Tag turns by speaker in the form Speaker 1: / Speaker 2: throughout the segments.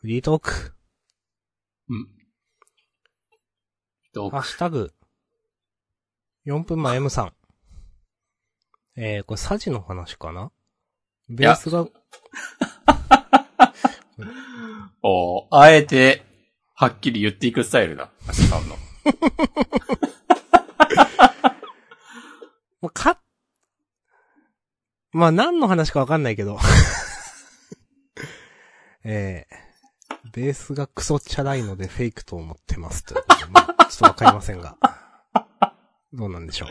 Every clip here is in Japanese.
Speaker 1: フリートーク。
Speaker 2: うん。どう
Speaker 1: ハッシュタグ。4分前 M さん。えー、これサジの話かなベースが、
Speaker 2: おーあえて、はっきり言っていくスタイルだ。アシさんの。
Speaker 1: まあ、か、まあ、何の話かわかんないけど。 えー、ベースがクソチャラいのでフェイクと思ってます。ということでまあちょっとわかりませんが。どうなんでしょう。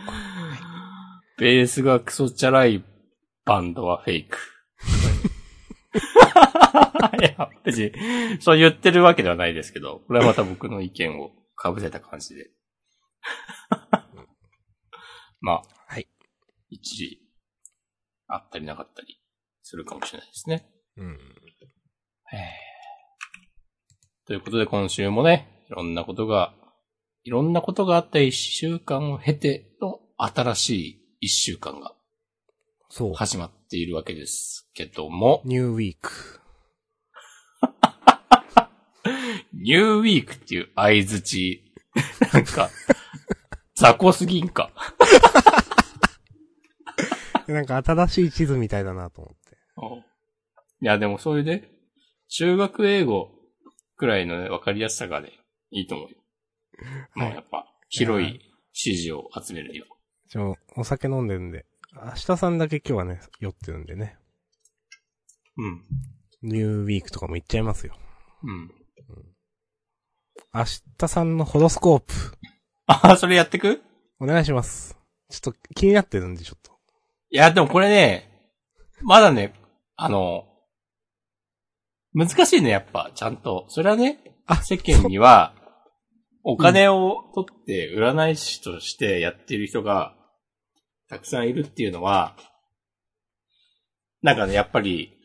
Speaker 2: ベースがクソチャラいバンドはフェイク。 いや、別に、そう言ってるわけではないですけど、これはまた僕の意見を被せた感じ で。まあ、
Speaker 1: はい。
Speaker 2: 一理、あったりなかったりするかもしれないですね。
Speaker 1: うん。
Speaker 2: えーということで今週もね、いろんなことが、いろんなことがあった一週間を経ての新しい一週間が
Speaker 1: そう。
Speaker 2: 始まっているわけですけども、
Speaker 1: ニューウィーク。
Speaker 2: ニューウィークっていう合図値、なんか、 雑魚すぎんか。
Speaker 1: なんか新しい地図みたいだなと思って。
Speaker 2: いや、でもそれで、中学英語くらいのね、わかりやすさがね、いいと思うよ。もうやっぱ、広い支持を集めるには。
Speaker 1: ちょ、お酒飲んでるんで。明日さんだけ今日はね、酔ってるんでね。
Speaker 2: うん。
Speaker 1: ニューウィークとかも行っちゃいますよ。
Speaker 2: うん。
Speaker 1: 明日さんのホロスコープ、
Speaker 2: あ、それやってく
Speaker 1: お願いします。ちょっと気になってるんで、ちょっと。
Speaker 2: いや、でもこれね、まだね、あの、難しいね、やっぱ、ちゃんと。それはね、
Speaker 1: あ
Speaker 2: 世間には、お金を取って占い師としてやってる人が、たくさんいるっていうのは、なんかね、やっぱり、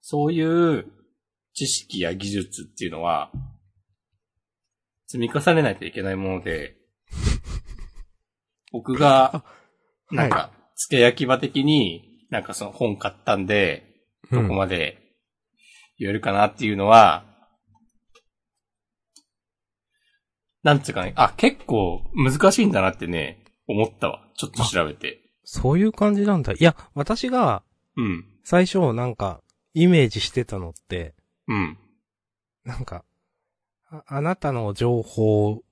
Speaker 2: そういう知識や技術っていうのは、積み重ねないといけないもので、僕が、なん
Speaker 1: は
Speaker 2: か、付け焼き場的に、なんかその本買ったんで、
Speaker 1: う
Speaker 2: どこまで言えるかなっていうのは、なんつうかね、あ、結構難しいんだなってね、思ったわ。ちょっと調べて。
Speaker 1: そういう感じなんだ。いや、私が
Speaker 2: うん。
Speaker 1: 最初なんかイメージしてたのって、
Speaker 2: うん。
Speaker 1: なんか、ああなたの情報、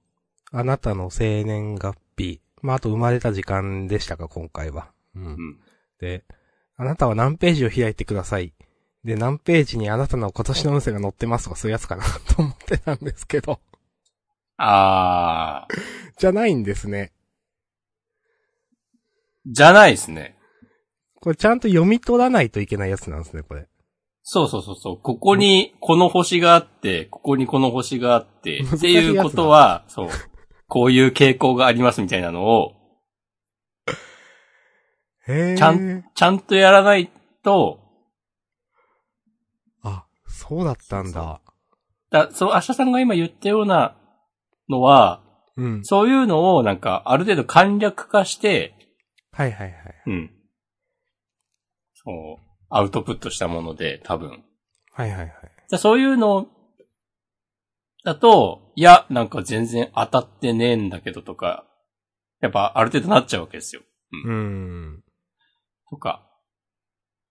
Speaker 1: あなたの生年月日、まあ、あと生まれた時間でしたか、今回は。うん
Speaker 2: うん。
Speaker 1: で、あなたは何ページを開いてください。で、何ページにあなたの今年の運勢が載ってますとかそういうやつかなと思ってたんですけど、
Speaker 2: あー、
Speaker 1: じゃないんですね。
Speaker 2: じゃないですね。
Speaker 1: これちゃんと読み取らないといけないやつなんですね、これ。
Speaker 2: そうそうそうそう。ここにこの星があって、ここにこの星があって、
Speaker 1: 難
Speaker 2: っ
Speaker 1: していやつだ
Speaker 2: いうことは、そう。こういう傾向がありますみたいなのを、
Speaker 1: へー
Speaker 2: ちゃん、ちゃんとやらないと、
Speaker 1: あ、そうだったんだ。
Speaker 2: だ、そう、明日さんが今言ったようなのは、
Speaker 1: うん。
Speaker 2: そういうのをなんか、ある程度簡略化して、
Speaker 1: はいはいはい。
Speaker 2: うん。そう、アウトプットしたもので、多分。
Speaker 1: はいはいはい。
Speaker 2: じゃそういうのだと、いや、なんか全然当たってねえんだけどとか、やっぱある程度なっちゃうわけですよ。
Speaker 1: うーん。
Speaker 2: とか。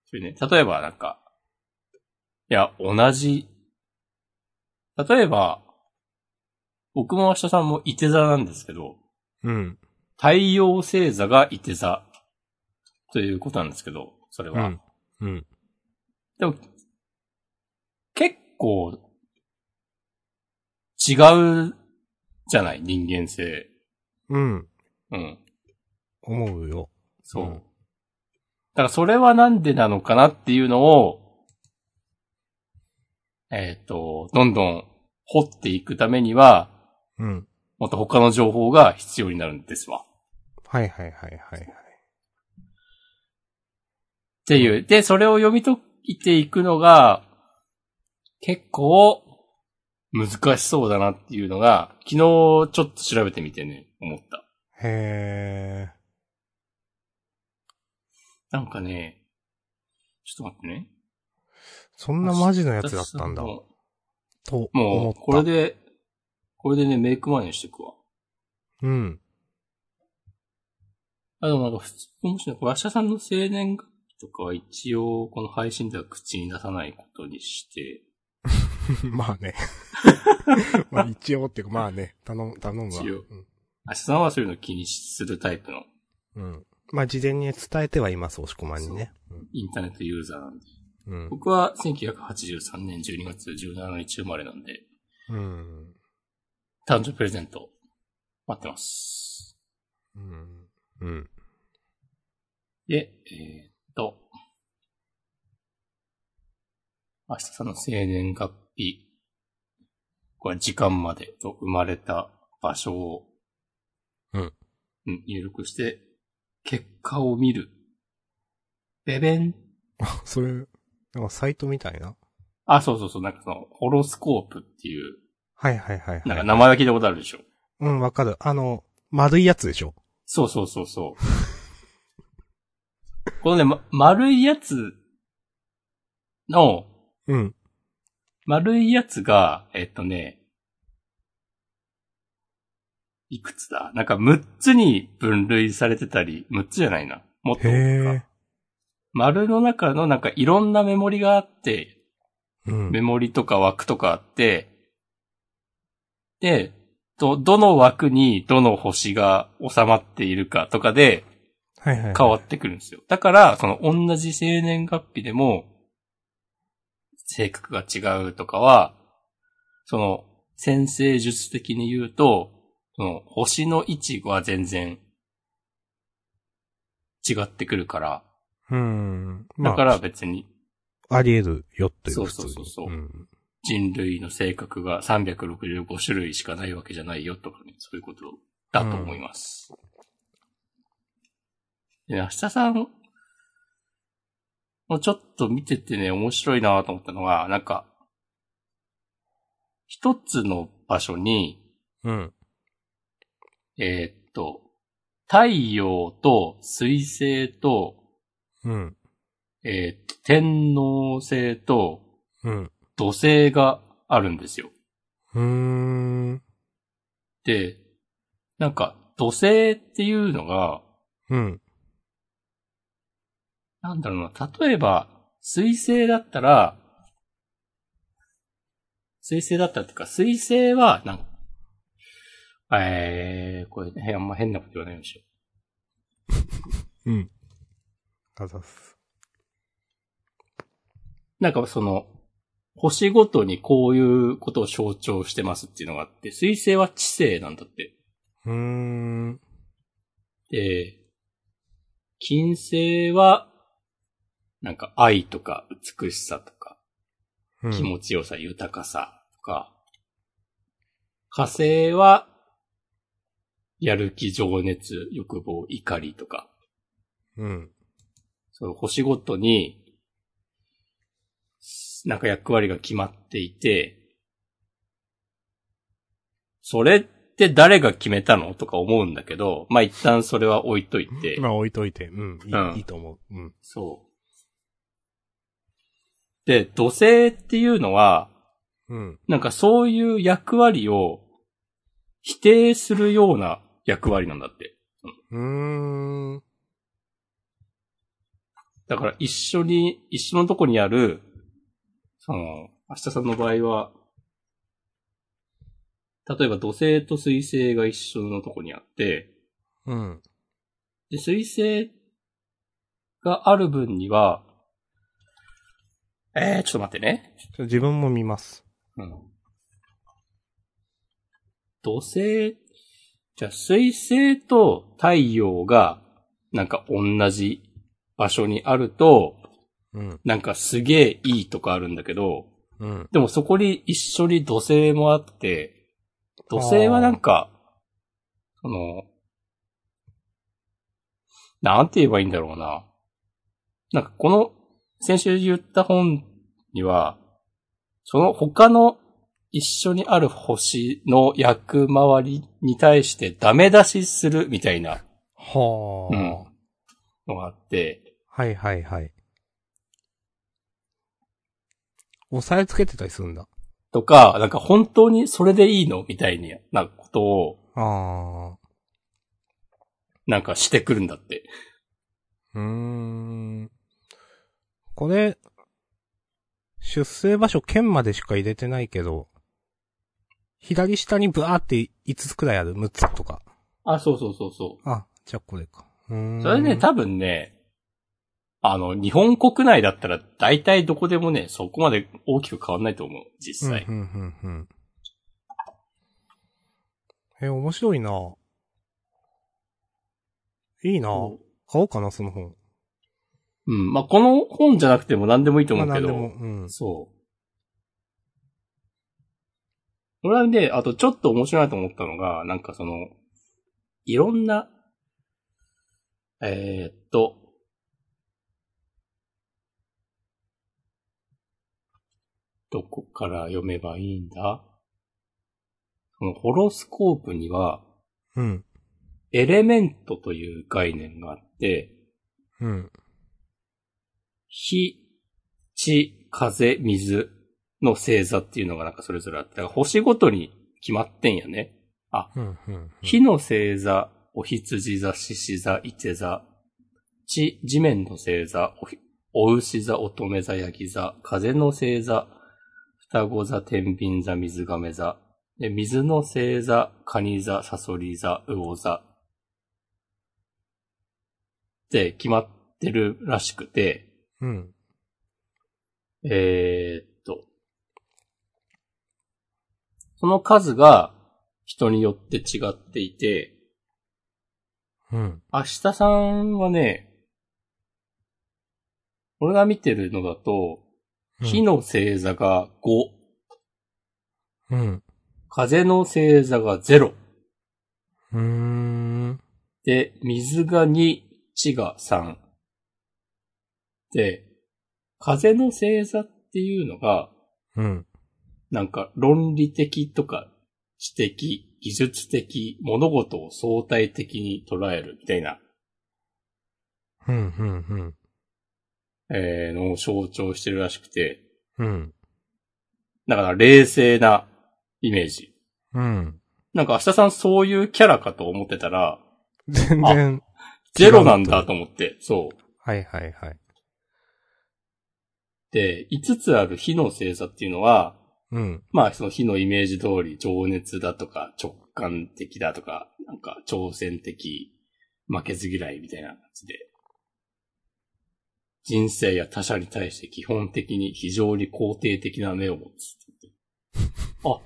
Speaker 2: それね、例えばなんか、いや、同じ、例えば、僕も明日さんもいて座なんですけど、
Speaker 1: うん。
Speaker 2: 太陽星座がいて座ということなんですけど、それ
Speaker 1: う
Speaker 2: は。
Speaker 1: ん。うん。
Speaker 2: でも、結構、違うじゃない人間性。
Speaker 1: うん。
Speaker 2: うん。
Speaker 1: 思うよ。
Speaker 2: そう。
Speaker 1: うん
Speaker 2: だからそれはなんでなのかなっていうのを、えっ、と、どんどん掘っていくためには、
Speaker 1: うん。
Speaker 2: もっと他の情報が必要になるんですわ。
Speaker 1: はいはいはいはいはい。
Speaker 2: っていう。で、それを読み解いていくのが、結構、難しそうだなっていうのが、昨日ちょっと調べてみてね、思った。
Speaker 1: へ
Speaker 2: なんかね、ちょっと待ってね。
Speaker 1: ー。そんなマジのやつだったんだ。
Speaker 2: 私の
Speaker 1: と思
Speaker 2: も
Speaker 1: っ
Speaker 2: う、
Speaker 1: た。
Speaker 2: これで、これでね、メイクマネーしていくわ。
Speaker 1: うん。
Speaker 2: あ、でもなんか普通、面白い。これ、明日さんの生年月日とかは一応、この配信では口に出さないことにして、
Speaker 1: まあね。まあ一応っていうか、まあね、頼む、頼むわ。
Speaker 2: 一応
Speaker 1: うん
Speaker 2: 明日さんはそういうの気にするタイプの
Speaker 1: うん。まあ事前に伝えてはいます、押し込まんにね。
Speaker 2: インターネットユーザーなんで。
Speaker 1: うん。
Speaker 2: 僕は1983年12月17日生まれなんで、
Speaker 1: うん。
Speaker 2: 誕生日プレゼント、待ってます。
Speaker 1: うん。うん。
Speaker 2: で、えーっと、明日さんの生年月日、これ時間までと生まれた場所を、
Speaker 1: うん。
Speaker 2: うん、入力して、結果を見る。ベベン。
Speaker 1: あ、それ、なんかサイトみたいな。
Speaker 2: あ、そうそうそう、なんかその、ホロスコープっていう、
Speaker 1: はいはいはい、はい。
Speaker 2: なんか名前だけ聞いたことあるでしょ。
Speaker 1: うん、わかる。あの、丸いやつでしょ。
Speaker 2: そうそうそうそう。 このね、ま、丸いやつの、
Speaker 1: うん。
Speaker 2: 丸いやつが、えっとね、いくつだなんか6つに分類されてたり、6つじゃないな。もっと多い
Speaker 1: へ
Speaker 2: か。丸の中のなんかいろんなメモリがあって、
Speaker 1: え。うん。
Speaker 2: メモリとか枠とかあって、で、ど、どの枠にどの星が収まっているかとかで、
Speaker 1: はいはい。
Speaker 2: 変わってくるんですよ。だから、その同じ生年月日でも、性格が違うとかは、その、先生術的に言うと、その、星の位置は全然、違ってくるから、
Speaker 1: うん。ま
Speaker 2: だ
Speaker 1: あ
Speaker 2: から別に
Speaker 1: あり得るよっていう。
Speaker 2: そうそうそうそう
Speaker 1: 普通にん
Speaker 2: 人類の性格が365種類しかないわけじゃないよとかね、そういうことだと思います。で、明日さんもうちょっと見ててね、面白いなと思ったのは、なんか、一つの場所に、
Speaker 1: うん。
Speaker 2: えーっと、太陽と水星と、
Speaker 1: うん。
Speaker 2: えーっと、天王星と
Speaker 1: うん。
Speaker 2: 土星があるんですよ。
Speaker 1: うーん。
Speaker 2: で、なんか、土星っていうのが、
Speaker 1: うん。
Speaker 2: なんだろうな、例えば、水星だったら、水星だったらっていうか、水星は、なんか、えー、これ、ね、あんま変なこと言わないようにしよう。
Speaker 1: うん。あざっす。
Speaker 2: なんかその、星ごとにこういうことを象徴してますっていうのがあって、水星は知性なんだって。
Speaker 1: うーん。
Speaker 2: で、金星は、なんか愛とか美しさとか、
Speaker 1: うん
Speaker 2: 気持ちよさ、豊かさとか、火星は、やる気、情熱、欲望、怒りとか、
Speaker 1: うん。
Speaker 2: そういう星ごとに、なんか役割が決まっていて、それって誰が決めたのとか思うんだけど、まあ、一旦それは置いといて、
Speaker 1: まあ置いといて、うん。いい,、
Speaker 2: うん
Speaker 1: いいと思う。うん。
Speaker 2: そう。で、土星っていうのは、
Speaker 1: うん。
Speaker 2: なんかそういう役割を否定するような役割なんだって。
Speaker 1: うーん。
Speaker 2: だから一緒に、一緒のとこにある、その、明日さんの場合は、例えば土星と水星が一緒のとこにあって、
Speaker 1: うん。
Speaker 2: で、水星がある分には、えー、ちょっと待ってね。
Speaker 1: ちょっと自分も見ます。
Speaker 2: うん土星、じゃあ水星と太陽が、なんか同じ場所にあると、
Speaker 1: うん。
Speaker 2: なんかすげえいいとかあるんだけど、
Speaker 1: うん。
Speaker 2: でもそこに一緒に土星もあって、土星はなんか、その、なんて言えばいいんだろうな。なんかこの、先週言った本には、その他の一緒にある星の役回りに対してダメ出しするみたいな
Speaker 1: はあ、
Speaker 2: うんのがあって、
Speaker 1: はいはいはい。押さえつけてたりするんだ。
Speaker 2: とか、なんか本当にそれでいいのみたいなことを、
Speaker 1: あ
Speaker 2: なんかしてくるんだって。
Speaker 1: あ。うーん。これ、出生場所県までしか入れてないけど、左下にブワーって5つくらいある、6つとか。
Speaker 2: あ、そうそうそうそ
Speaker 1: あ、じゃあこれか。うー
Speaker 2: う。
Speaker 1: ん。
Speaker 2: それね、多分ね、あの、日本国内だったら大体どこでもね、そこまで大きく変わんないと思う、実際。
Speaker 1: うん、うん、うん、うん。え、面白いなぁいいなぁ買おうかな、その本。
Speaker 2: うん。まあ、この本じゃなくても何でもいいと思うけど、
Speaker 1: まあなんでもうん。
Speaker 2: そう。これはね、あとちょっと面白いなと思ったのが、なんかその、いろんな、えーっと、どこから読めばいいんだこのホロスコープには、
Speaker 1: うん。
Speaker 2: エレメントという概念があって、
Speaker 1: うん。
Speaker 2: 火、地、風、水の星座っていうのがなんかそれぞれあって、だから星ごとに決まってんやね。
Speaker 1: うん。うん。
Speaker 2: 火の星座、お羊座、獅子座、伊手座。地、地面の星座、おひ、お牛座、乙女座、ヤギ座。風の星座、双子座、天秤座、水亀座。で、水の星座、カニ座、サソリ座、魚座。って決まってるらしくて、
Speaker 1: うん。
Speaker 2: えーっと。その数が人によって違っていて、
Speaker 1: うん。
Speaker 2: 明日さんはね、俺が見てるのだと、火の星座が
Speaker 1: う
Speaker 2: 5、
Speaker 1: ん。
Speaker 2: 風の星座が0、
Speaker 1: うーん。
Speaker 2: で、水が2、地が3。で、風の星座っていうのが、
Speaker 1: うん。
Speaker 2: なんか論理的とか知的、技術的、物事を相対的に捉えるみたいな、
Speaker 1: うん。うん。
Speaker 2: えーのを象徴してるらしくて、
Speaker 1: うん。
Speaker 2: だから冷静なイメージ。
Speaker 1: うん。
Speaker 2: なんか明日さんそういうキャラかと思ってたら、
Speaker 1: 全然。
Speaker 2: ゼロなんだと思って、そう。
Speaker 1: はいはいはい。
Speaker 2: で、5つある火の星座っていうのは、
Speaker 1: うん。
Speaker 2: まあその火のイメージ通り情熱だとか直感的だとか、なんか挑戦的、負けず嫌いみたいな感じで。人生や他者に対して基本的に非常に肯定的な目を持つって言って。あ、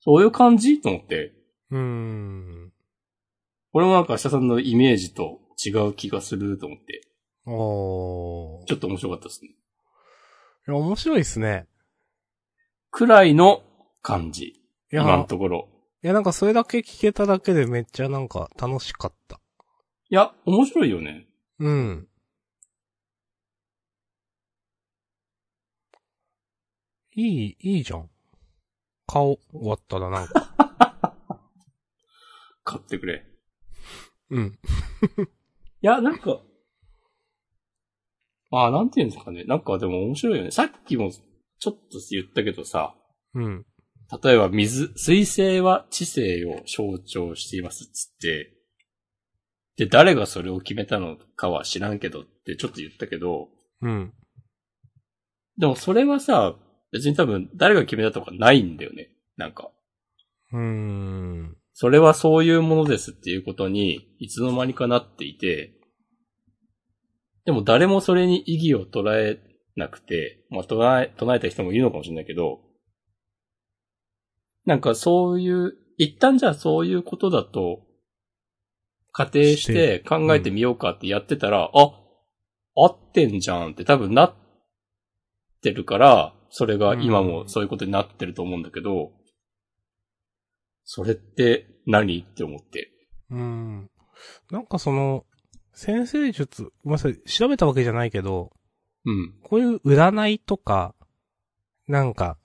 Speaker 2: そういう感じと思って。
Speaker 1: うーん。
Speaker 2: これもなんか明日さんのイメージと違う気がすると思って、
Speaker 1: おー。
Speaker 2: ちょっと面白かったですね。
Speaker 1: いや、面白いですね。
Speaker 2: くらいの感じ。
Speaker 1: いや、
Speaker 2: 今の
Speaker 1: い
Speaker 2: ところ。
Speaker 1: やなんかそれだけ聞けただけでめっちゃなんか楽しかった。
Speaker 2: いや、面白いよね。
Speaker 1: うん。いい、いいじゃん。顔終わったらなんか。
Speaker 2: 買ってくれ。
Speaker 1: うん。
Speaker 2: いや、なんか、ああ、なんていうんですかね。なんかでも面白いよね。さっきもちょっと言ったけどさ、
Speaker 1: うん。
Speaker 2: 例えば水、水星は知性を象徴していますっつって、で、誰がそれを決めたのかは知らんけどってちょっと言ったけど、
Speaker 1: うん。
Speaker 2: でもそれはさ、別に多分誰が決めたとかないんだよね。なんか、
Speaker 1: うーん。
Speaker 2: それはそういうものですっていうことに、いつの間にかなっていて、でも誰もそれに意義を捉えなくて、まあ、捉え、捉えた人もいるのかもしれないけど、なんかそういう、一旦じゃあそういうことだと、仮定し
Speaker 1: して
Speaker 2: て考えてみようかってやってたら、あ、合ってんじゃんって多分なってるから、それが今もそういうことになってると思うんだけど、それって何って思って。
Speaker 1: うん。なんかその、先生術、ごめんなさい、調べたわけじゃないけど、
Speaker 2: うん。
Speaker 1: こういう占いとか、なんか、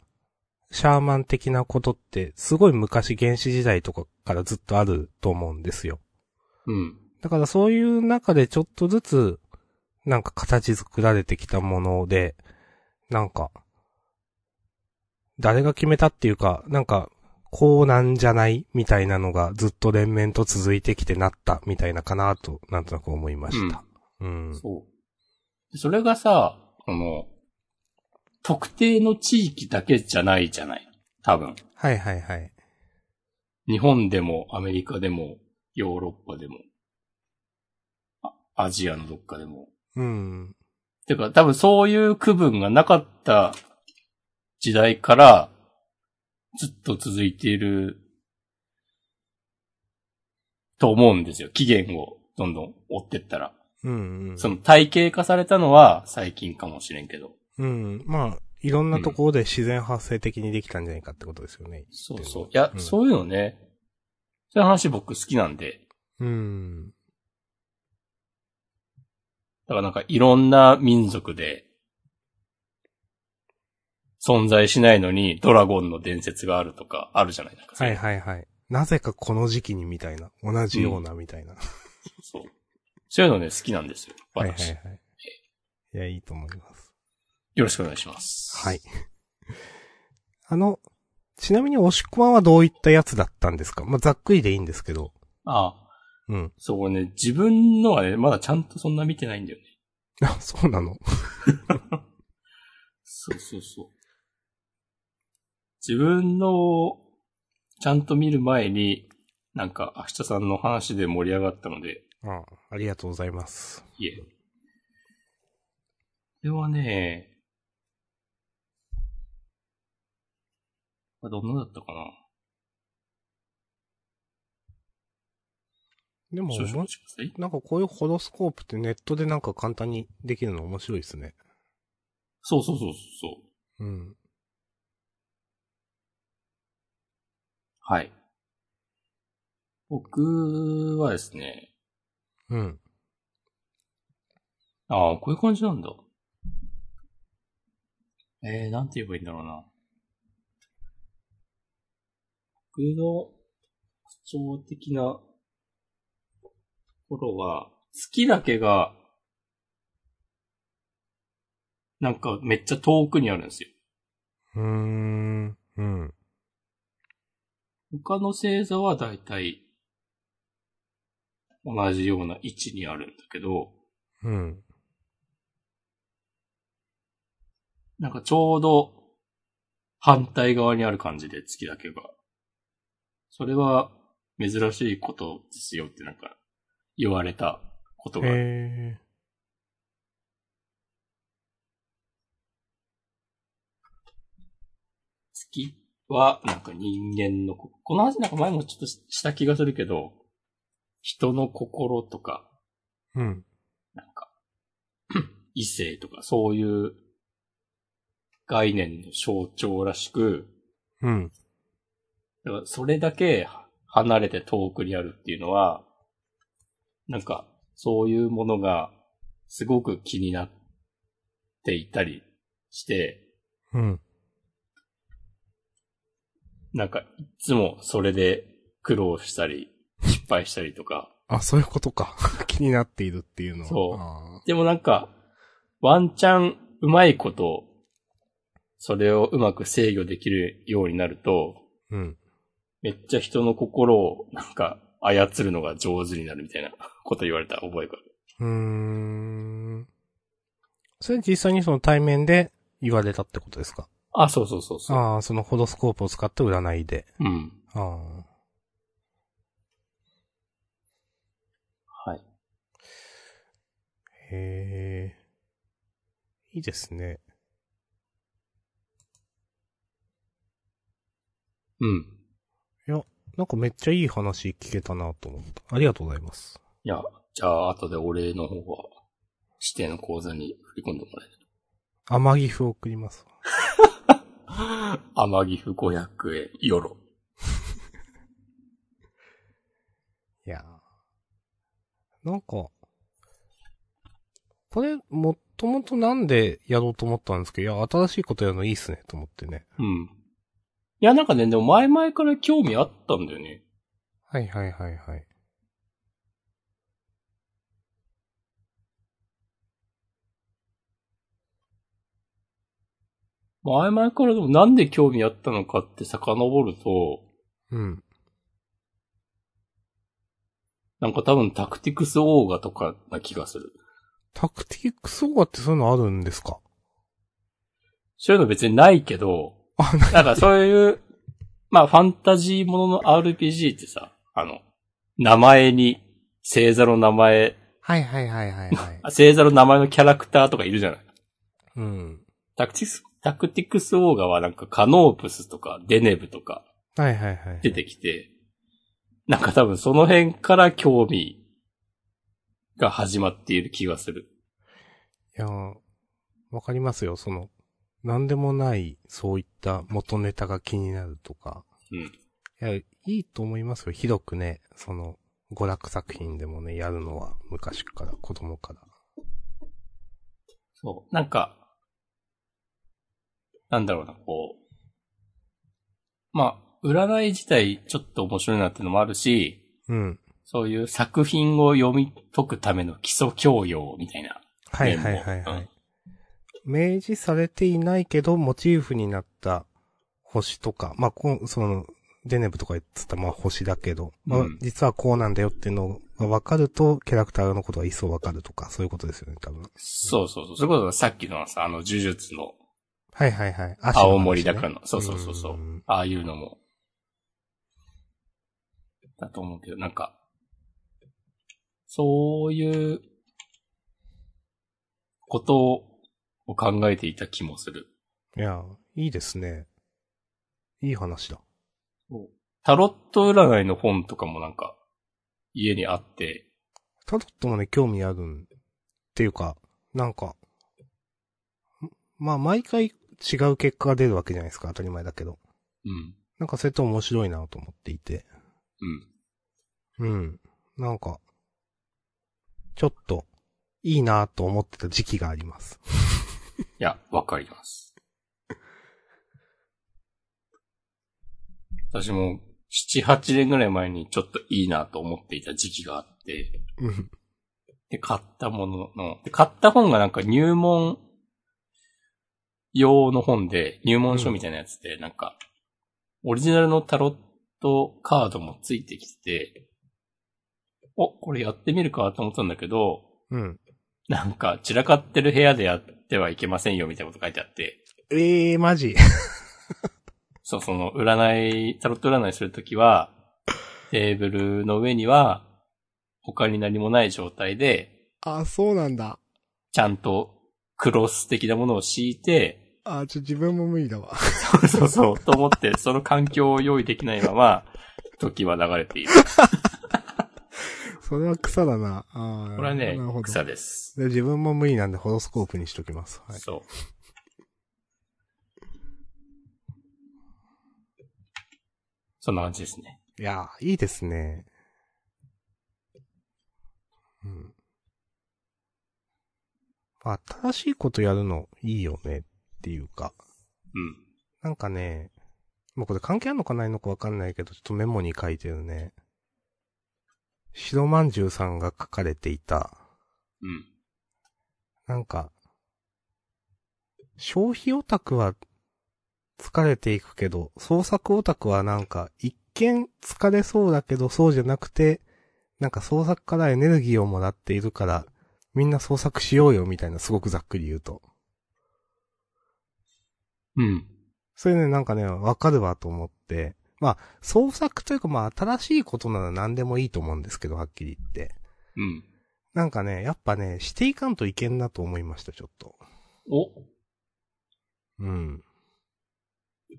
Speaker 1: シャーマン的なことって、すごい昔原始時代とかからずっとあると思うんですよ。
Speaker 2: うん。
Speaker 1: だからそういう中でちょっとずつ、なんか形作られてきたもので、なんか、誰が決めたっていうか、なんか、こうなんじゃないみたいなのがずっと連綿と続いてきてなったみたいなかなと、なんとなく思いました。うん。
Speaker 2: そう。それがさ、この、特定の地域だけじゃないじゃない。多分。
Speaker 1: はいはいはい。
Speaker 2: 日本でも、アメリカでも、ヨーロッパでも、あアジアのどっかでも。
Speaker 1: うん。
Speaker 2: てか、多分そういう区分がなかった時代から、ずっと続いている、と思うんですよ。期限をどんどん追ってったら。
Speaker 1: うん、うん。
Speaker 2: その体系化されたのは最近かもしれんけど。
Speaker 1: うん。まあ、いろんなところで自然発生的にできたんじゃないかってことですよね。
Speaker 2: そう
Speaker 1: って
Speaker 2: そう
Speaker 1: の。
Speaker 2: い
Speaker 1: は
Speaker 2: や、
Speaker 1: うん
Speaker 2: そういうのね。そういう話僕好きなんで。
Speaker 1: うん。
Speaker 2: だからなんかいろんな民族で、存在しないのにドラゴンの伝説があるとか、あるじゃないですか。
Speaker 1: はいはいはい。なぜかこの時期にみたいな。同じようなみたいな。
Speaker 2: そう。そういうのね、好きなんですよ。
Speaker 1: はい
Speaker 2: 私。
Speaker 1: はいはい。いや、いいと思います。
Speaker 2: よろしくお願いします。
Speaker 1: はい。。 あの、ちなみに押し込まんはどういったやつだったんですかまあ、ざっくりでいいんですけど。
Speaker 2: あ
Speaker 1: うん。
Speaker 2: そうこれね、自分のはね、まだちゃんとそんな見てないんだよね。
Speaker 1: あ、そうなの。
Speaker 2: そうそうそう。自分のをちゃんと見る前に、なんか、明日さんの話で盛り上がったので、
Speaker 1: あありがとうございます。
Speaker 2: いえ。これはね、これどんなだったかな
Speaker 1: でも、
Speaker 2: 少々お
Speaker 1: も
Speaker 2: 待ちください。
Speaker 1: なんかこういうホロスコープってネットでなんか簡単にできるの面白いですね。
Speaker 2: そうそうそうそう。
Speaker 1: うん。
Speaker 2: はい。僕はですね、
Speaker 1: うん。
Speaker 2: ああ、こういう感じなんだ。えー、なんて言えばいいんだろうな。僕の特徴的なところは、月だけが、なんかめっちゃ遠くにあるんですよ。
Speaker 1: うーん。うん。
Speaker 2: 他の星座はだいたい同じような位置にあるんだけど、
Speaker 1: うん。
Speaker 2: なんかちょうど反対側にある感じで月だけが。それは珍しいことですよってなんか言われたことがある。
Speaker 1: へえ。
Speaker 2: 月はなんか人間のこ、この話なんか前もちょっとしした気がするけど、人の心とか、
Speaker 1: うん。
Speaker 2: なんか、 異性とかそういう概念の象徴らしく、
Speaker 1: うん。
Speaker 2: だからそれだけ離れて遠くにあるっていうのは、なんか、そういうものがすごく気になっていたりして、
Speaker 1: うん。
Speaker 2: なんか、いつもそれで苦労したり、失敗したりとか。
Speaker 1: あ、そういうことか。 気になっているっていうのは。
Speaker 2: そう
Speaker 1: あ
Speaker 2: でもなんか、ワンチャンうまいこと、それをうまく制御できるようになると、
Speaker 1: ーうん。
Speaker 2: めっちゃ人の心をなんか操るのが上手になるみたいなこと言われた覚えがある。
Speaker 1: うーん。それ実際にその対面で言われたってことですか
Speaker 2: あ、そうそうそうそう。
Speaker 1: ああ、そのホロスコープを使って占いで。
Speaker 2: うん。
Speaker 1: ああ。
Speaker 2: はい。
Speaker 1: へえ。いいですね。
Speaker 2: うん。
Speaker 1: なんかめっちゃいい話聞けたなと思った。ありがとうございます。
Speaker 2: いや、じゃあ、後でお礼の方は、指定の口座に振り込んでもらえる。
Speaker 1: 甘ギフを送ります。
Speaker 2: 天岐阜500円、よろ。
Speaker 1: いやーなんか、これ、もともとなんでやろうと思ったんですけど、いや、新しいことやるのいいっすね、と思ってね。
Speaker 2: うん。いや、なんかね、でも前々から興味あったんだよね。
Speaker 1: はいはいはいはい。
Speaker 2: 前々からでもなんで興味あったのかって遡ると、
Speaker 1: うん。
Speaker 2: なんか多分タクティクスオーガとかな気がする。
Speaker 1: タクティックスオーガってそういうのあるんですか
Speaker 2: そういうの別にないけど、
Speaker 1: あ、な、
Speaker 2: なんかそういう、まあファンタジーものの RPG ってさ、あの、名前に、星座の名前、
Speaker 1: はいはいはいはいはい
Speaker 2: あ。星座の名前のキャラクターとかいるじゃない
Speaker 1: うん。
Speaker 2: タクティクス、タクティクスオーガはなんかカノープスとかデネブとか
Speaker 1: はいはいはい。
Speaker 2: 出てきて、なんか多分その辺から興味が始まっている気がする。
Speaker 1: いやー、わかりますよ。その、なんでもない、そういった元ネタが気になるとか。
Speaker 2: うん。
Speaker 1: いや、いいと思いますよ。ひどくね、その、娯楽作品でもね、やるのは、昔から、子供から。
Speaker 2: そう。なんか、なんだろうな、こう。まあ、占い自体ちょっと面白いなってのもあるし、
Speaker 1: うん。
Speaker 2: そういう作品を読み解くための基礎教養みたいな。
Speaker 1: はいはいはいは
Speaker 2: うん
Speaker 1: い。明示されていないけど、モチーフになった星とか、まあ、こう、その、デネブとか言ってた、まあ、星だけど、まあ
Speaker 2: うん、
Speaker 1: 実はこうなんだよっていうのが分かると、キャラクターのことが一層分かるとか、そういうことですよね、多分。
Speaker 2: そうそうそう。それこそさっきのさ、あの、呪術の
Speaker 1: はいはいはい。足の話ね
Speaker 2: 青森だからの、そうそうそうそう。
Speaker 1: ん
Speaker 2: ああいうのも。だと思うけど、なんか、そういう、ことを考えていた気もする。
Speaker 1: いや、いいですね。いい話だ。
Speaker 2: タロット占いの本とかもなんか、家にあって、
Speaker 1: タロットもね、興味あるん。っていうか、なんか、んまあ、毎回違う結果が出るわけじゃないですか、当たり前だけど。
Speaker 2: うん、
Speaker 1: なんかそれと面白いなと思っていて。
Speaker 2: うん、
Speaker 1: うん。なんか、ちょっと、いいなと思ってた時期があります。
Speaker 2: いや、わかります。私も、7、8年ぐらい前にちょっといいなと思っていた時期があって、
Speaker 1: うん。
Speaker 2: で、買ったものの、で、買った本がなんか入門用の本で、入門書みたいなやつで、なんか、オリジナルのタロットカードもついてきて、お、これやってみるかと思ったんだけど、
Speaker 1: うん。
Speaker 2: なんか散らかってる部屋でやってはいけませんよみたいなこと書いてあって、
Speaker 1: ええー、マジ。
Speaker 2: そう、その占い、タロット占いするときは、テーブルの上には、他に何もない状態で、
Speaker 1: あ、そうなんだ。
Speaker 2: ちゃんとクロス的なものを敷 いて、
Speaker 1: あ、ちょ、自分も無理だわ。
Speaker 2: そうそうそう、と思って、その環境を用意できないまま、時は流れている。
Speaker 1: それは草だな。あー
Speaker 2: これはね
Speaker 1: なるほ、ど
Speaker 2: 草です。
Speaker 1: で自分も無理なんでホロスコープにしときます。はい。
Speaker 2: そう。そんな感じですね。
Speaker 1: いやー、いいですね。うん。まあ、新しいことやるのいいよねっていうか。
Speaker 2: うん。
Speaker 1: なんかね、もうこれ関係あるのかないのかわかんないけど、ちょっとメモに書いてるね。白まんじゅうさんが書かれていた、
Speaker 2: うん。
Speaker 1: なんか、消費オタクは疲れていくけど、創作オタクはなんか一見疲れそうだけどそうじゃなくて、なんか創作からエネルギーをもらっているから、みんな創作しようよみたいなすごくざっくり言うと。
Speaker 2: うん。
Speaker 1: それね、なんかね、わかるわと思って。まあ、創作というかまあ新しいことなら何でもいいと思うんですけど、はっきり言って。
Speaker 2: うん。
Speaker 1: なんかね、やっぱね、していかんといけんなと思いました、ちょっと。
Speaker 2: お、
Speaker 1: うん。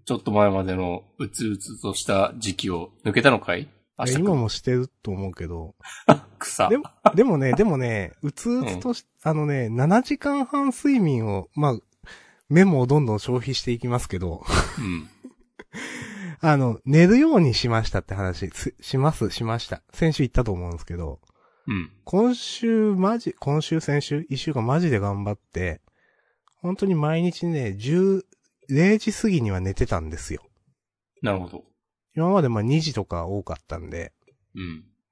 Speaker 2: ちょっと前までのうつうつとした時期を抜けたのかい明日
Speaker 1: いや
Speaker 2: か
Speaker 1: 今もしてると思うけど。
Speaker 2: 草。
Speaker 1: でも、でもね、でもね、うつうつとし、あのね、7時間半睡眠を、まあ、メモをどんどん消費していきますけど、
Speaker 2: うん。
Speaker 1: あの、寝るようにしましたって話、すします、しました。先週言ったと思うんですけど、
Speaker 2: うん。
Speaker 1: 今週マジ、今週先週、一週間マジで頑張って、本当に毎日ね、10、0時過ぎには寝てたんですよ。
Speaker 2: なるほど。
Speaker 1: 今までまあ2時とか多かったんで、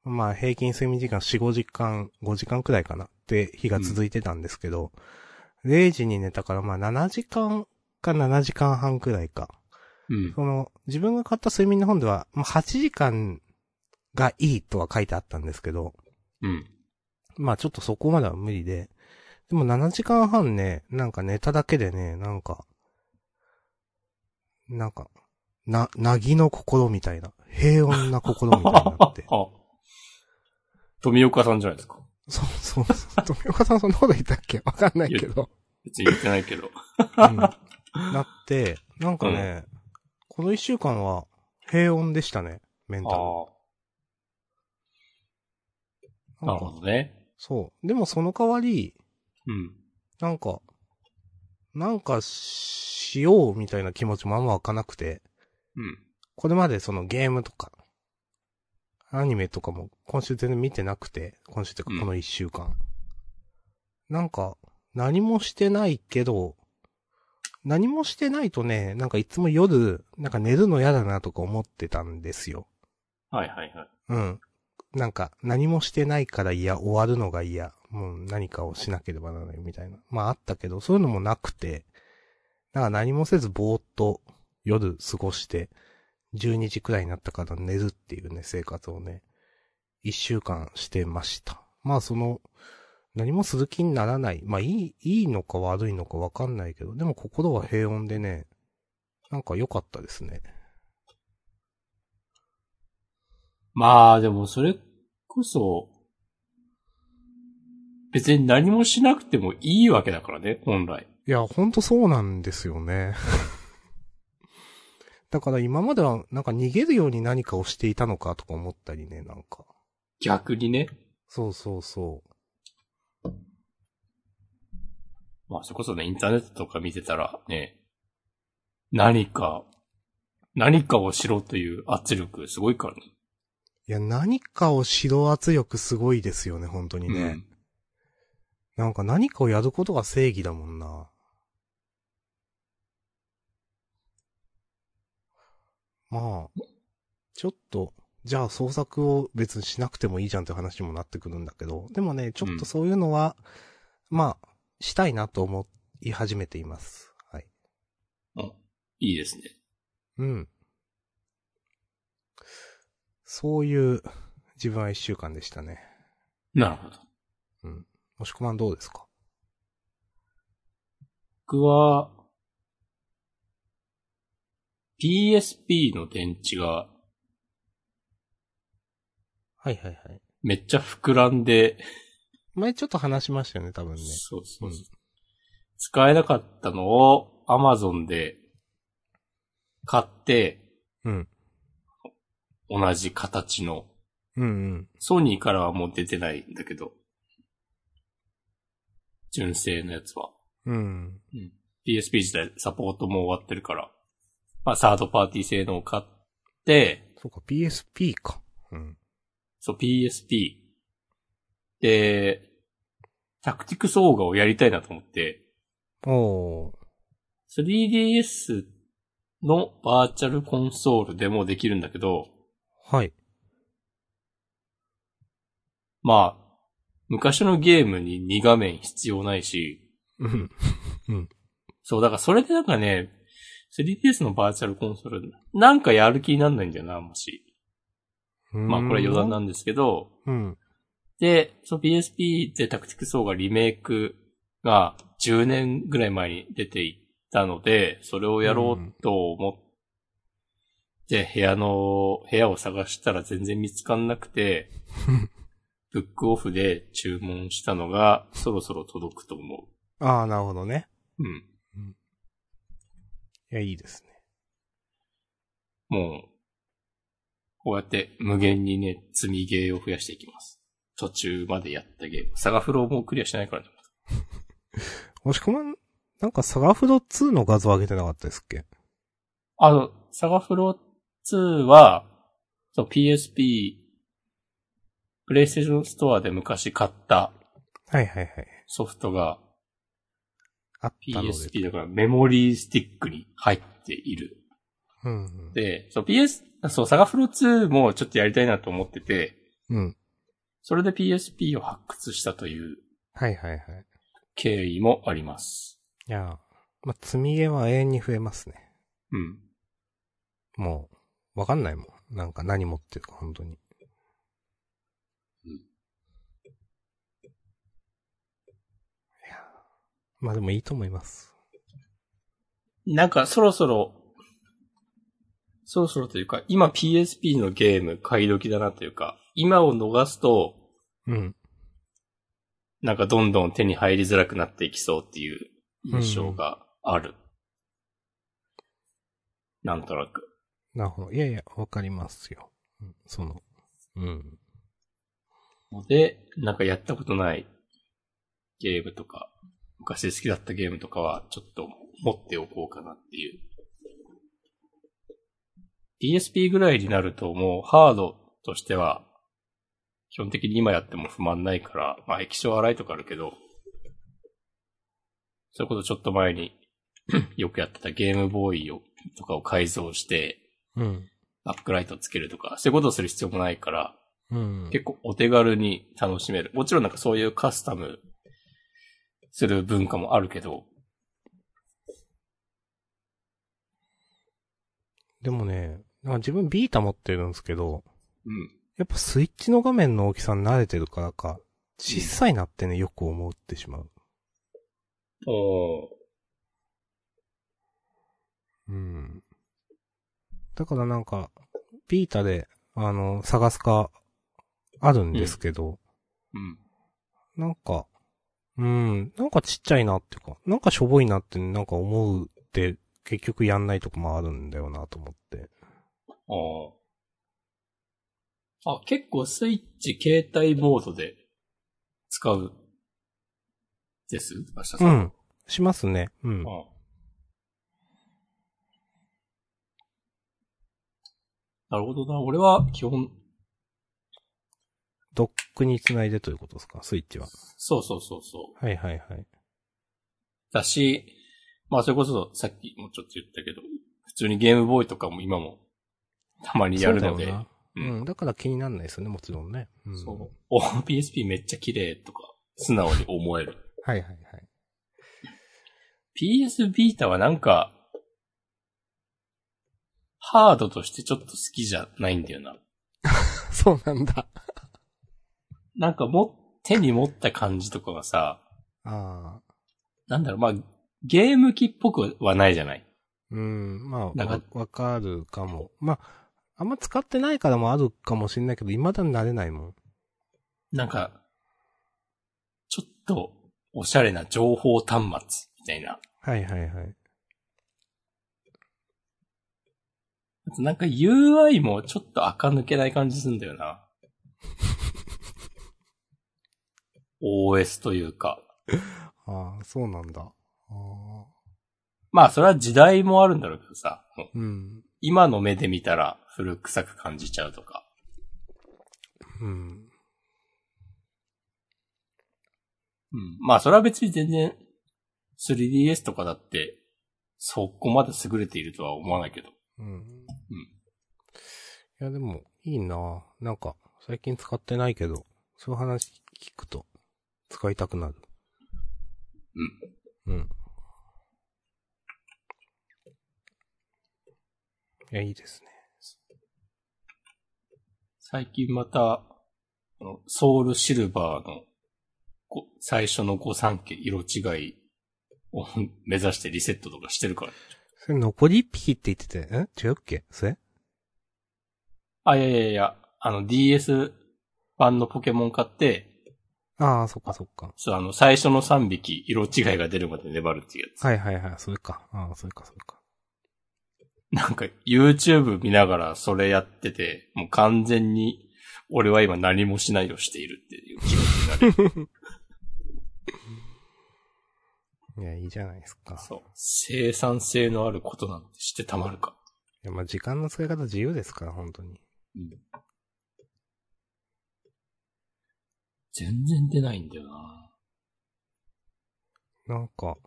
Speaker 2: うん。
Speaker 1: まあ平均睡眠時間4、5時間、5時間くらいかなって日が続いてたんですけど、0時に寝たからまあ7時間か7時間半くらいか。
Speaker 2: うん。
Speaker 1: その、自分が買った睡眠の本では、まあ、8時間がいいとは書いてあったんですけど、
Speaker 2: うん。
Speaker 1: まあちょっとそこまでは無理で、でも7時間半ね、なんか寝ただけでね、なんか、なんか、な、なぎの心みたいな、平穏な心みたいになって。
Speaker 2: あ。 富岡さんじゃないですか。
Speaker 1: そうそうそう。富岡さんそんなこと言ったっけわかんないけど。
Speaker 2: 別に言ってないけど。
Speaker 1: うんなって、なんかね、この一週間は平穏でしたね、メンタ
Speaker 2: ああ。
Speaker 1: ル。な
Speaker 2: なんる
Speaker 1: か
Speaker 2: ほどね。
Speaker 1: そう。でもその代わり、
Speaker 2: うん。
Speaker 1: なんか、なんかしようみたいな気持ちもあんま湧かなくて、
Speaker 2: うん。
Speaker 1: これまでそのゲームとか、アニメとかも今週全然見てなくて、今週っていう
Speaker 2: うん
Speaker 1: かこの一週間。なんか、何もしてないけど、何もしてないとね、なんかいつも夜、なんか寝るの嫌だなとか思ってたんですよ。
Speaker 2: はいはいはい。
Speaker 1: うん。なんか、何もしてないから嫌、終わるのが嫌、もう何かをしなければならないみたいな。まああったけど、そういうのもなくて、なんか何もせずぼーっと夜過ごして、12時くらいになったから寝るっていうね、生活をね、一週間してました。まあその、何もする気にならない。まあいい、いいのか悪いのかわかんないけど、でも心は平穏でね、なんか良かったですね。
Speaker 2: まあ、でもそれこそ、別に何もしなくてもいいわけだからね、本来。
Speaker 1: いや、ほんとそうなんですよね。 だから今まではなんか逃げるように何かをしていたのかとか思ったりね、なんか。
Speaker 2: 逆にね。
Speaker 1: そうそうそ
Speaker 2: まあ、それこそね、インターネットとか見てたらね、何か、何かをしろという圧力すごいからね。
Speaker 1: う。いや、何かを指導圧力すごいですよね、本当にね。
Speaker 2: うん。
Speaker 1: なんか何かをやることが正義だもんな。まあ、ちょっと、じゃあ創作を別にしなくてもいいじゃんって話にもなってくるんだけど、でもね、ちょっとそういうのは、まあ、したいなと思い始めています。はい。
Speaker 2: いいですね。
Speaker 1: うん。そういう自分は一週間でしたね。
Speaker 2: なるほど。
Speaker 1: うん。もしこまんどうですか
Speaker 2: 僕は、PSP の電池が
Speaker 1: はいはいはい。
Speaker 2: めっちゃ膨らんで、
Speaker 1: 前ちょっと話しましたよね、多分ね。
Speaker 2: そうそうそう
Speaker 1: うん
Speaker 2: 使えなかったのを Amazon で買って、
Speaker 1: うん。
Speaker 2: 同じ形の。
Speaker 1: うんうん。
Speaker 2: ソニーからはもう出てないんだけど。純正のやつは。
Speaker 1: うん。
Speaker 2: PSP 自体サポートも終わってるから。まあ、サードパーティー製のを買って、
Speaker 1: そうか、PSP か。うん。
Speaker 2: そう、PSP。で、タクティクスオーガをやりたいなと思って、
Speaker 1: おー。
Speaker 2: 3DS のバーチャルコンソールでもできるんだけど、
Speaker 1: はい。
Speaker 2: まあ、昔のゲームに2画面必要ないし、
Speaker 1: うん。
Speaker 2: そう、だからそれでなんかね、3DS のバーチャルコンソール、なんかやる気になんないんだよな、もし。 まあこれ余談なんですけど、
Speaker 1: うん。
Speaker 2: で、その PSP でタクティクスオーがリメイクが10年ぐらい前に出ていったので、それをやろうと思って、部屋の、部屋を探したら全然見つかんなくて、ブックオフで注文したのがそろそろ届くと思
Speaker 1: ああ、なるほどね。
Speaker 2: う。うん。
Speaker 1: いや、いいですね。
Speaker 2: もう、こうやって無限にね、積みゲーを増やしていきます。途中までやったゲーム。サガフローもクリアしてないからね。
Speaker 1: もしこまん、なんかサガフロ2の画像上げてなかったですっけ
Speaker 2: あの、サガフロ2は、そう PSP、プレイステーションストアで昔買った
Speaker 1: はいはいはい。
Speaker 2: ソフトが
Speaker 1: あったので。
Speaker 2: PSP だからメモリースティックに入っている。
Speaker 1: うんうん。
Speaker 2: で、そう PS、そう、サガフロ2もちょっとやりたいなと思ってて、
Speaker 1: うん。
Speaker 2: それで PSP を発掘したという
Speaker 1: はいはいはい。
Speaker 2: 経緯もあります。
Speaker 1: いやまあ、積み毛は永遠に増えますね。
Speaker 2: うん。
Speaker 1: もう、わかんないもん。なんか何持ってるか、本当に。
Speaker 2: うん
Speaker 1: いや。まあでもいいと思います。
Speaker 2: なんかそろそろ、そろそろというか、今 PSP のゲーム買い時だなというか、今を逃すと、
Speaker 1: うん。
Speaker 2: なんかどんどん手に入りづらくなっていきそうっていう印象がある。なんとなく。
Speaker 1: なるほど。いやいや、わかりますよ。うんその、うん。
Speaker 2: ので、なんかやったことないゲームとか、昔好きだったゲームとかは、ちょっと持っておこうかなっていう。DSP ぐらいになるともうハードとしては、基本的に今やっても不満ないから、まあ液晶荒いとかあるけど、それこそちょっと前に よくやってたゲームボーイを、とかを改造して、
Speaker 1: うん。
Speaker 2: バックライトつけるとか、そういうことをする必要もないから、
Speaker 1: うん。
Speaker 2: 結構お手軽に楽しめる。もちろんなんかそういうカスタムする文化もあるけど、
Speaker 1: でもね、なんか自分ビータ持ってるんですけど、
Speaker 2: うん。
Speaker 1: やっぱスイッチの画面の大きさに慣れてるからか、小さいなってね、よく思ってしまう。
Speaker 2: おー
Speaker 1: うん。だからなんか、ビータで、あの、探すか、あるんですけど、
Speaker 2: うん。
Speaker 1: なんか、うん、なんかちっちゃいなっていうか、なんかしょぼいなってなんか思うって、結局やんないとこもあるんだよなと思って。
Speaker 2: おーあ、結構スイッチ携帯モードで使うです明日さ
Speaker 1: う。ん。しますね。うん。
Speaker 2: あなるほどな。俺は基本、
Speaker 1: ドックにつないでということですか、スイッチは。
Speaker 2: そうそうそうそう。
Speaker 1: はいはいはい。
Speaker 2: だし、まあそれこそさっきもちょっと言ったけど、普通にゲームボーイとかも今もたまにやるので、
Speaker 1: そうだよな
Speaker 2: うん
Speaker 1: うん。だから気になんないですよね、もちろんね。うん。
Speaker 2: そう。お、PSP めっちゃ綺麗とか、素直に思える。
Speaker 1: はいはいはい。
Speaker 2: PS ビータはなんか、ハードとしてちょっと好きじゃないんだよな。
Speaker 1: そうなんだ。
Speaker 2: なんかも、手に持った感じとかがさ、
Speaker 1: ああ。
Speaker 2: なんだろう、まあ、ゲーム機っぽくはないじゃない。
Speaker 1: うん、まあ、
Speaker 2: なんか
Speaker 1: わわかるかも。まあ、あんま使ってないからもあるかもしれないけど、未だに慣れないもん。
Speaker 2: なんか、ちょっと、おしゃれな情報端末みたいな。
Speaker 1: はいはいはい。
Speaker 2: あとなんか UI もちょっと垢抜けない感じすんだよな。OS というか。
Speaker 1: ああ、そうなんだ。ああ。
Speaker 2: まあそれは時代もあるんだろうけどさ。
Speaker 1: うん。
Speaker 2: 今の目で見たら古臭く感じちゃうとか。
Speaker 1: うん。
Speaker 2: うん。まあそれは別に全然 3DS とかだってそこまで優れているとは思わないけど。
Speaker 1: うん。いや、でも、いいななんか、最近使ってないけど、そういう話聞くと、使いたくなる。うん。うん。いや、いいですね。
Speaker 2: 最近また、あのソウルシルバーのご最初の5三家色違いを 目指してリセットとかしてるから。
Speaker 1: それ、残り一匹って言ってて、ん違うっけそれ
Speaker 2: あ、いやいやいや、あの DS 版のポケモン買って、
Speaker 1: ああ、そっかそっか。
Speaker 2: そう、あの、最初の3匹、色違いが出るまで粘るっていうやつ。
Speaker 1: はいはいはい、それか。ああ、それかそれか。
Speaker 2: なんか、YouTube 見ながらそれやってて、もう完全に、俺は今何もしないをしているっていう気持ちになる。
Speaker 1: いや、いいじゃないですか。
Speaker 2: そう。生産性のあることなんてしてたまるか。
Speaker 1: いや、まあ、時間の使い方自由ですから、本当に。
Speaker 2: 全然出ないんだよな
Speaker 1: なんか、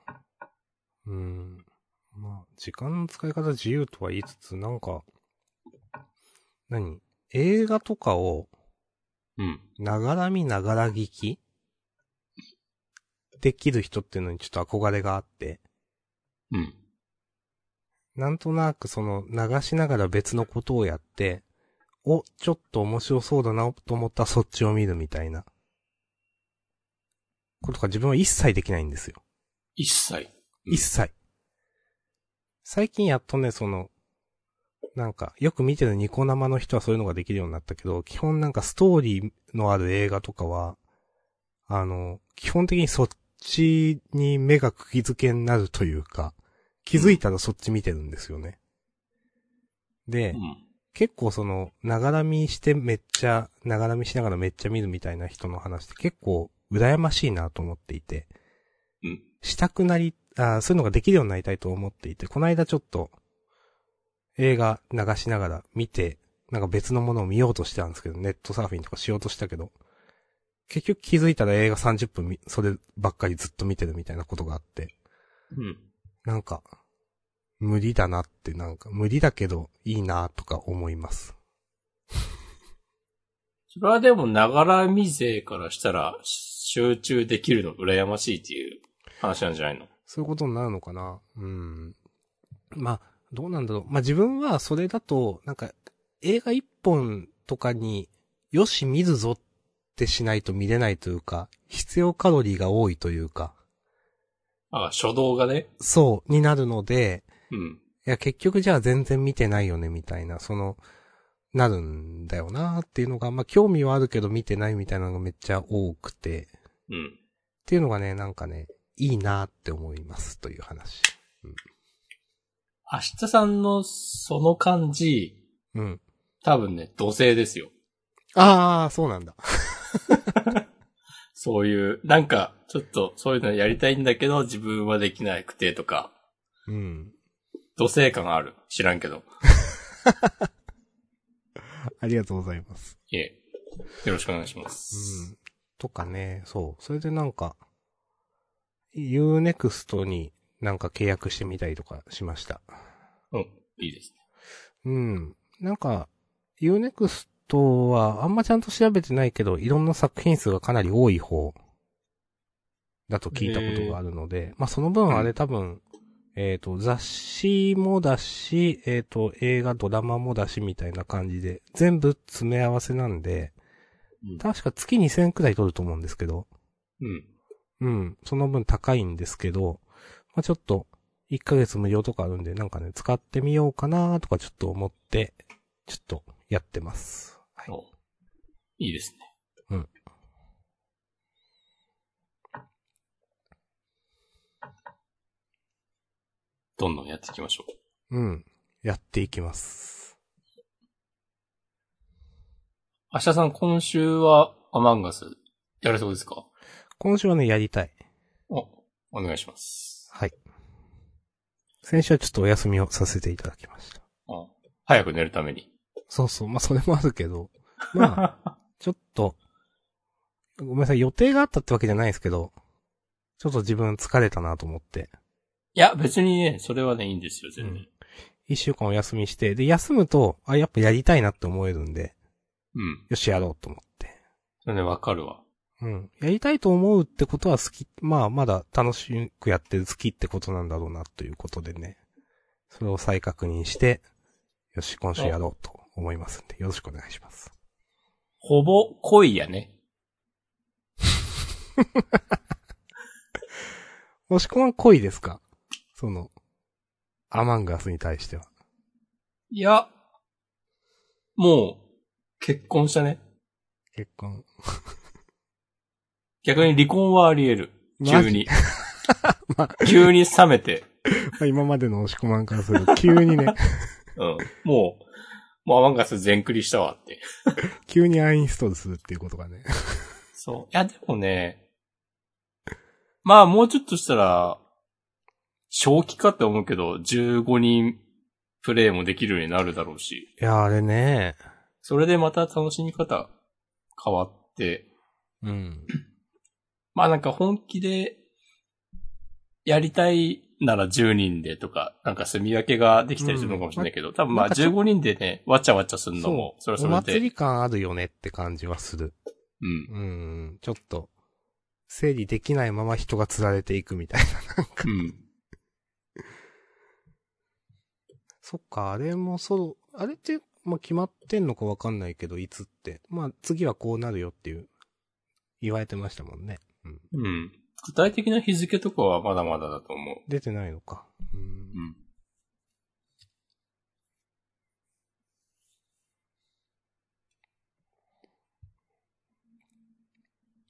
Speaker 1: うーん。まあ、時間の使い方自由とは言いつつ、なんか、何映画とかを、
Speaker 2: うん。
Speaker 1: ながら見ながら聞きできる人っていうのにちょっと憧れがあって。
Speaker 2: うん。
Speaker 1: なんとなくその流しながら別のことをやって、お、ちょっと面白そうだなと思ったらそっちを見るみたいな。ことが自分は一切できないんですよ。
Speaker 2: 一切。うん
Speaker 1: 一切。最近やっとね、その、なんか、よく見てるニコ生の人はそういうのができるようになったけど、基本なんかストーリーのある映画とかは、あの、基本的にそっちに目が釘付けになるというか、気づいたらそっち見てるんですよね。で、
Speaker 2: うん。
Speaker 1: 結構その、ながら見してめっちゃ、ながら見しながらめっちゃ見るみたいな人の話って結構羨ましいなと思っていて。
Speaker 2: うん
Speaker 1: したくなり、あーそういうのができるようになりたいと思っていて、この間ちょっと、映画流しながら見て、なんか別のものを見ようとしてたんですけど、ネットサーフィンとかしようとしたけど、結局気づいたら映画30分みそればっかりずっと見てるみたいなことがあって。
Speaker 2: うん。
Speaker 1: なんか、無理だなって、なんか、無理だけど、いいなとか思います。
Speaker 2: それはでも、ながら見勢からしたら、集中できるの羨ましいっていう話なんじゃないの
Speaker 1: そういうことになるのかなうん。まあ、どうなんだろう。まあ自分はそれだと、なんか、映画一本とかに、よし見るぞってしないと見れないというか、必要カロリーが多いというか、
Speaker 2: あ、初動がね。
Speaker 1: そう、になるので、
Speaker 2: うん。
Speaker 1: いや、結局じゃあ全然見てないよね、みたいな、その、なるんだよなっていうのが、まあ、興味はあるけど見てないみたいなのがめっちゃ多くて、っ
Speaker 2: うん。
Speaker 1: ていうのがね、なんかね、いいなって思います、という話。
Speaker 2: 明日さんのその感じ、
Speaker 1: うん。
Speaker 2: 多分ね、土星ですよ。
Speaker 1: ああ、そうなんだ。
Speaker 2: そういう、なんか、ちょっとそういうのやりたいんだけど、自分はできなくてとか、
Speaker 1: うん。
Speaker 2: 土星感ある。知らんけど。
Speaker 1: ありがとうございます。
Speaker 2: いえ。よろしくお願いします。
Speaker 1: うん。とかね、そう。それでなんか、Unext になんか契約してみたりとかしました。
Speaker 2: うん。いいですね。
Speaker 1: うん。なんか、Unext はあんまちゃんと調べてないけど、いろんな作品数がかなり多い方だと聞いたことがあるので、まあその分あれ多分、えっ、と、雑誌もだし、えっ、と、映画、ドラマもだしみたいな感じで、全部詰め合わせなんで、
Speaker 2: うん
Speaker 1: 確か月2000くらい取ると思うんですけど、
Speaker 2: う
Speaker 1: う
Speaker 2: ん。
Speaker 1: ん、その分高いんですけど、まあ、ちょっと、1ヶ月無料とかあるんで、なんかね、使ってみようかなとかちょっと思って、ちょっとやってます。はい。
Speaker 2: おいいですね。
Speaker 1: うん。
Speaker 2: どんどんやっていきましょう。
Speaker 1: うん。やっていきます。
Speaker 2: 明日さん、今週はアマンガスやれそうですか
Speaker 1: 今週はね、やりたい。
Speaker 2: お、お願いします。
Speaker 1: はい。先週はちょっとお休みをさせていただきました。
Speaker 2: あ早く寝るために。
Speaker 1: そうそう。まあ、それもあるけ ど、 まあ、ちょっと、ごめんなさい、予定があったってわけじゃないですけど、ちょっと自分疲れたなと思って、
Speaker 2: いや、別にね、それはね、いいんですよ、全然。
Speaker 1: 一週間お休みして、で、休むと、あ、やっぱやりたいなって思えるんで、
Speaker 2: うん。
Speaker 1: よし、やろうと思って。
Speaker 2: それね、わかるわ。
Speaker 1: うん。やりたいと思うってことは好き、まあ、まだ楽しくやってる好きってことなんだろうな、ということでね。それを再確認して、よし、今週やろうと思いますんで、よろしくお願いします。
Speaker 2: ほぼ恋やね。
Speaker 1: もしくは恋ですかその、アマンガスに対しては。
Speaker 2: いや、もう、結婚したね。
Speaker 1: 結婚。
Speaker 2: 逆に離婚はあり得る。
Speaker 1: マジ
Speaker 2: 急 に。急に冷め て。
Speaker 1: 今までの押し込まんからすると、急にね、
Speaker 2: うん。もう、もうアマンガス全クリしたわって。
Speaker 1: 急にアインストールするっていうことがね。
Speaker 2: そう。いや、でもね、まあ、もうちょっとしたら、正気かって思うけど、15人プレイもできるようになるだろうし。
Speaker 1: いや、あれね、
Speaker 2: それでまた楽しみ方変わって、
Speaker 1: うん。
Speaker 2: まあなんか本気でやりたいなら10人でとか、なんか住み分けができたりするのかもしれないけど、多分ま
Speaker 1: な
Speaker 2: あ
Speaker 1: んかちょ
Speaker 2: 15人でね、わちゃわちゃするのも、それ
Speaker 1: お
Speaker 2: はそれ
Speaker 1: 祭り
Speaker 2: で、
Speaker 1: 感あるよねって感じはする。
Speaker 2: うん。
Speaker 1: うん、ちょっと、整理できないまま人が釣られていくみたいな。
Speaker 2: うん。
Speaker 1: そっか、あれもそう、あれって、まあ、決まってんのかわかんないけど、いつって。まあ、次はこうなるよっていう、言われてましたもんね。うん。
Speaker 2: うん。具体的な日付とかはまだまだだと思う。
Speaker 1: 出てないのか。うん
Speaker 2: うん。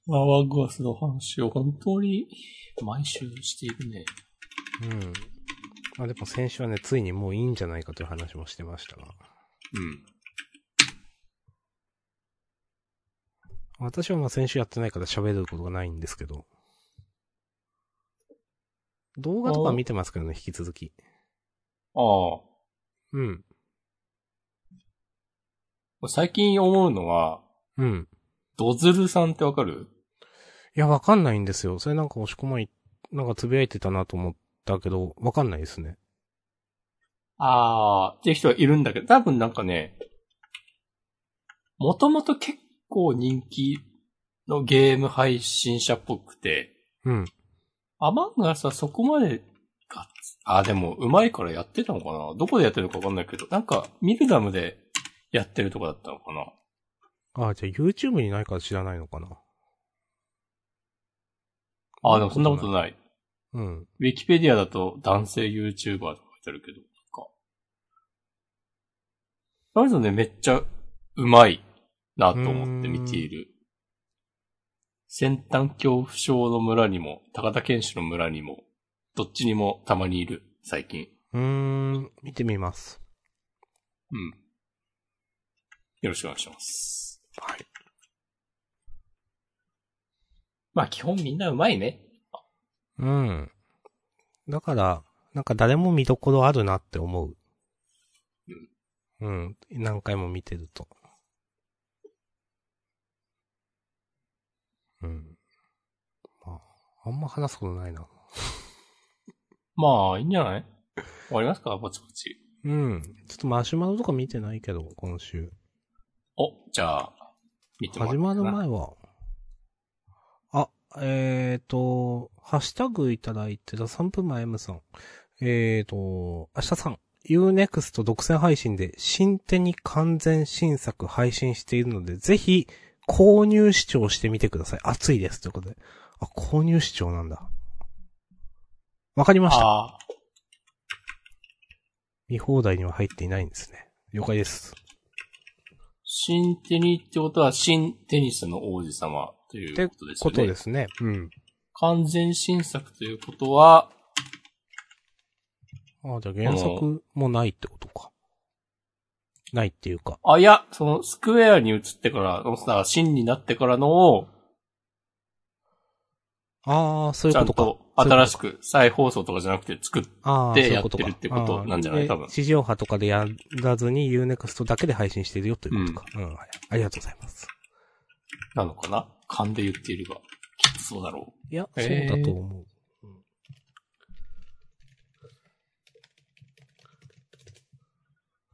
Speaker 2: アワーグアスの話を本当に毎週しているね。
Speaker 1: うん。まあでも先週はね、ついにもういいんじゃないかという話もしてましたが。
Speaker 2: うん。
Speaker 1: 私はまあ先週やってないから喋ることがないんですけど。動画とか見てますけどね、引き続き。
Speaker 2: あ
Speaker 1: うん。
Speaker 2: あ。最近思うのは、
Speaker 1: うん。
Speaker 2: ドズルさんってわかる
Speaker 1: いや、わかんないんですよ。それなんか押し込まい、なんか呟いてたなと思ったけど、わかんないですね。
Speaker 2: ああ、っていう人はいるんだけど、多分なんかね、もともと結構人気のゲーム配信者っぽくて、
Speaker 1: うん。
Speaker 2: アマンガスはそこまでがっつ、あ、でも、うまいからやってたのかなどこでやってるのかわかんないけど、なんか、ミルダムでやってるとこだったのかな
Speaker 1: ああ、じゃあ YouTube にないから知らないのかな。
Speaker 2: あ、でもそんなこと
Speaker 1: い。
Speaker 2: ない。
Speaker 1: うん。
Speaker 2: ウィキペディアだと男性 YouTuber とか書いてあるけど、なんか。あれだね、めっちゃうまいなと思って見ている。先端恐怖症の村にも、高田県市の村にも、どっちにもたまにいる、最近。
Speaker 1: うーん、見てみます。
Speaker 2: うん。よろしくお願いします。
Speaker 1: はい。
Speaker 2: まあ基本みんなうまいね。
Speaker 1: うん。だから、なんか誰も見どころあるなって思う。うん。何回も見てると。うん。まあ、あんま話すことないな。
Speaker 2: まあ、いいんじゃない終わりますかぼちぼち。
Speaker 1: うん。ちょっとマシュマロとか見てないけど、今週。
Speaker 2: お、じゃあ、見てもら
Speaker 1: 始
Speaker 2: おうかな
Speaker 1: まる前は。あ、えーと、ハッシュタグいただいてた3分前 M さん。えーと、明日さん。Unext 独占配信で新手に完全新作配信しているので、ぜひ購入視聴してみてください。熱いです。ということで。あ、購入視聴なんだ。わかりました。
Speaker 2: ああ、
Speaker 1: 見放題には入っていないんですね。了解です。
Speaker 2: 新テニってことは、新テニスの王子様ということです
Speaker 1: こ
Speaker 2: よね。
Speaker 1: とですね。うん。
Speaker 2: 完全新作ということは、
Speaker 1: ああ、じゃあ原作もないってことか。ないっていうか。
Speaker 2: あ、いや、そのスクエアに移ってから、そのさ、新になってからの、
Speaker 1: ああ、そうい
Speaker 2: ち
Speaker 1: うこ
Speaker 2: ゃん
Speaker 1: とか。
Speaker 2: と新
Speaker 1: し
Speaker 2: しく再放送とかじゃなくて作っ
Speaker 1: ああ、そう
Speaker 2: で
Speaker 1: いうことか。
Speaker 2: やってるってことなんじゃない
Speaker 1: ああ
Speaker 2: 多分
Speaker 1: で地上波とかでやらずに Unext だけで配信してるよということか。うん、はい。ありがとうございます。
Speaker 2: なのかな勘で言っているが、きっとそうだろ
Speaker 1: いや、そう
Speaker 2: へー
Speaker 1: だと思う。うん
Speaker 2: う。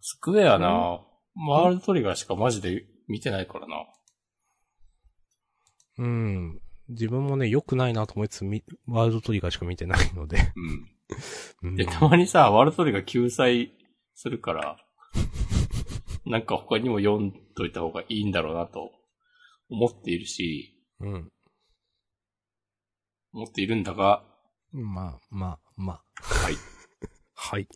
Speaker 2: スクエアな、ワールドトリガーしかマジで見てないからな。
Speaker 1: うん。自分もね、良くないなと思いつつ、みワールドトリガーしか見てないの で。
Speaker 2: うん。
Speaker 1: うん
Speaker 2: で、たまにさ、ワールドトリが救済するから、 なんか他にも読んどいた方がいいんだろうなと思っているし、
Speaker 1: うん。
Speaker 2: 思っているんだが、
Speaker 1: まあ、まあ、まあ。
Speaker 2: はい。
Speaker 1: はい。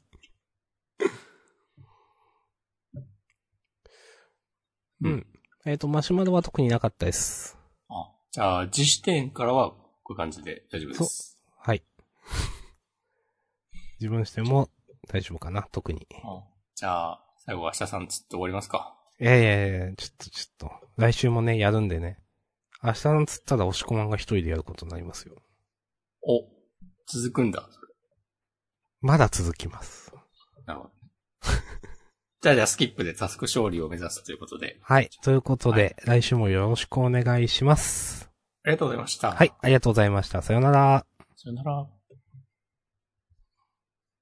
Speaker 1: う
Speaker 2: うん
Speaker 1: ん。えっ、と、マシュマロは特になかったです。
Speaker 2: あじゃあ、自視点からはこういう感じで大丈夫です。
Speaker 1: はい。自分しても大丈夫かな、特に。
Speaker 2: うんじゃあ、最後は明日さんつって終わりますか。
Speaker 1: いやいやいや、ちょっとちょっと。来週もね、やるんでね。明日のつったら押し込まんが一人でやることになりますよ。
Speaker 2: お、続くんだ。
Speaker 1: まだ続きます。
Speaker 2: なるほど。じゃあ、じゃあスキップでタスク勝利を目指すということで、
Speaker 1: はい。ということで、来週もよろしくお願いします。
Speaker 2: ありがとうございました。
Speaker 1: はい。。ありがとうございました。さようなら。
Speaker 2: さよなら。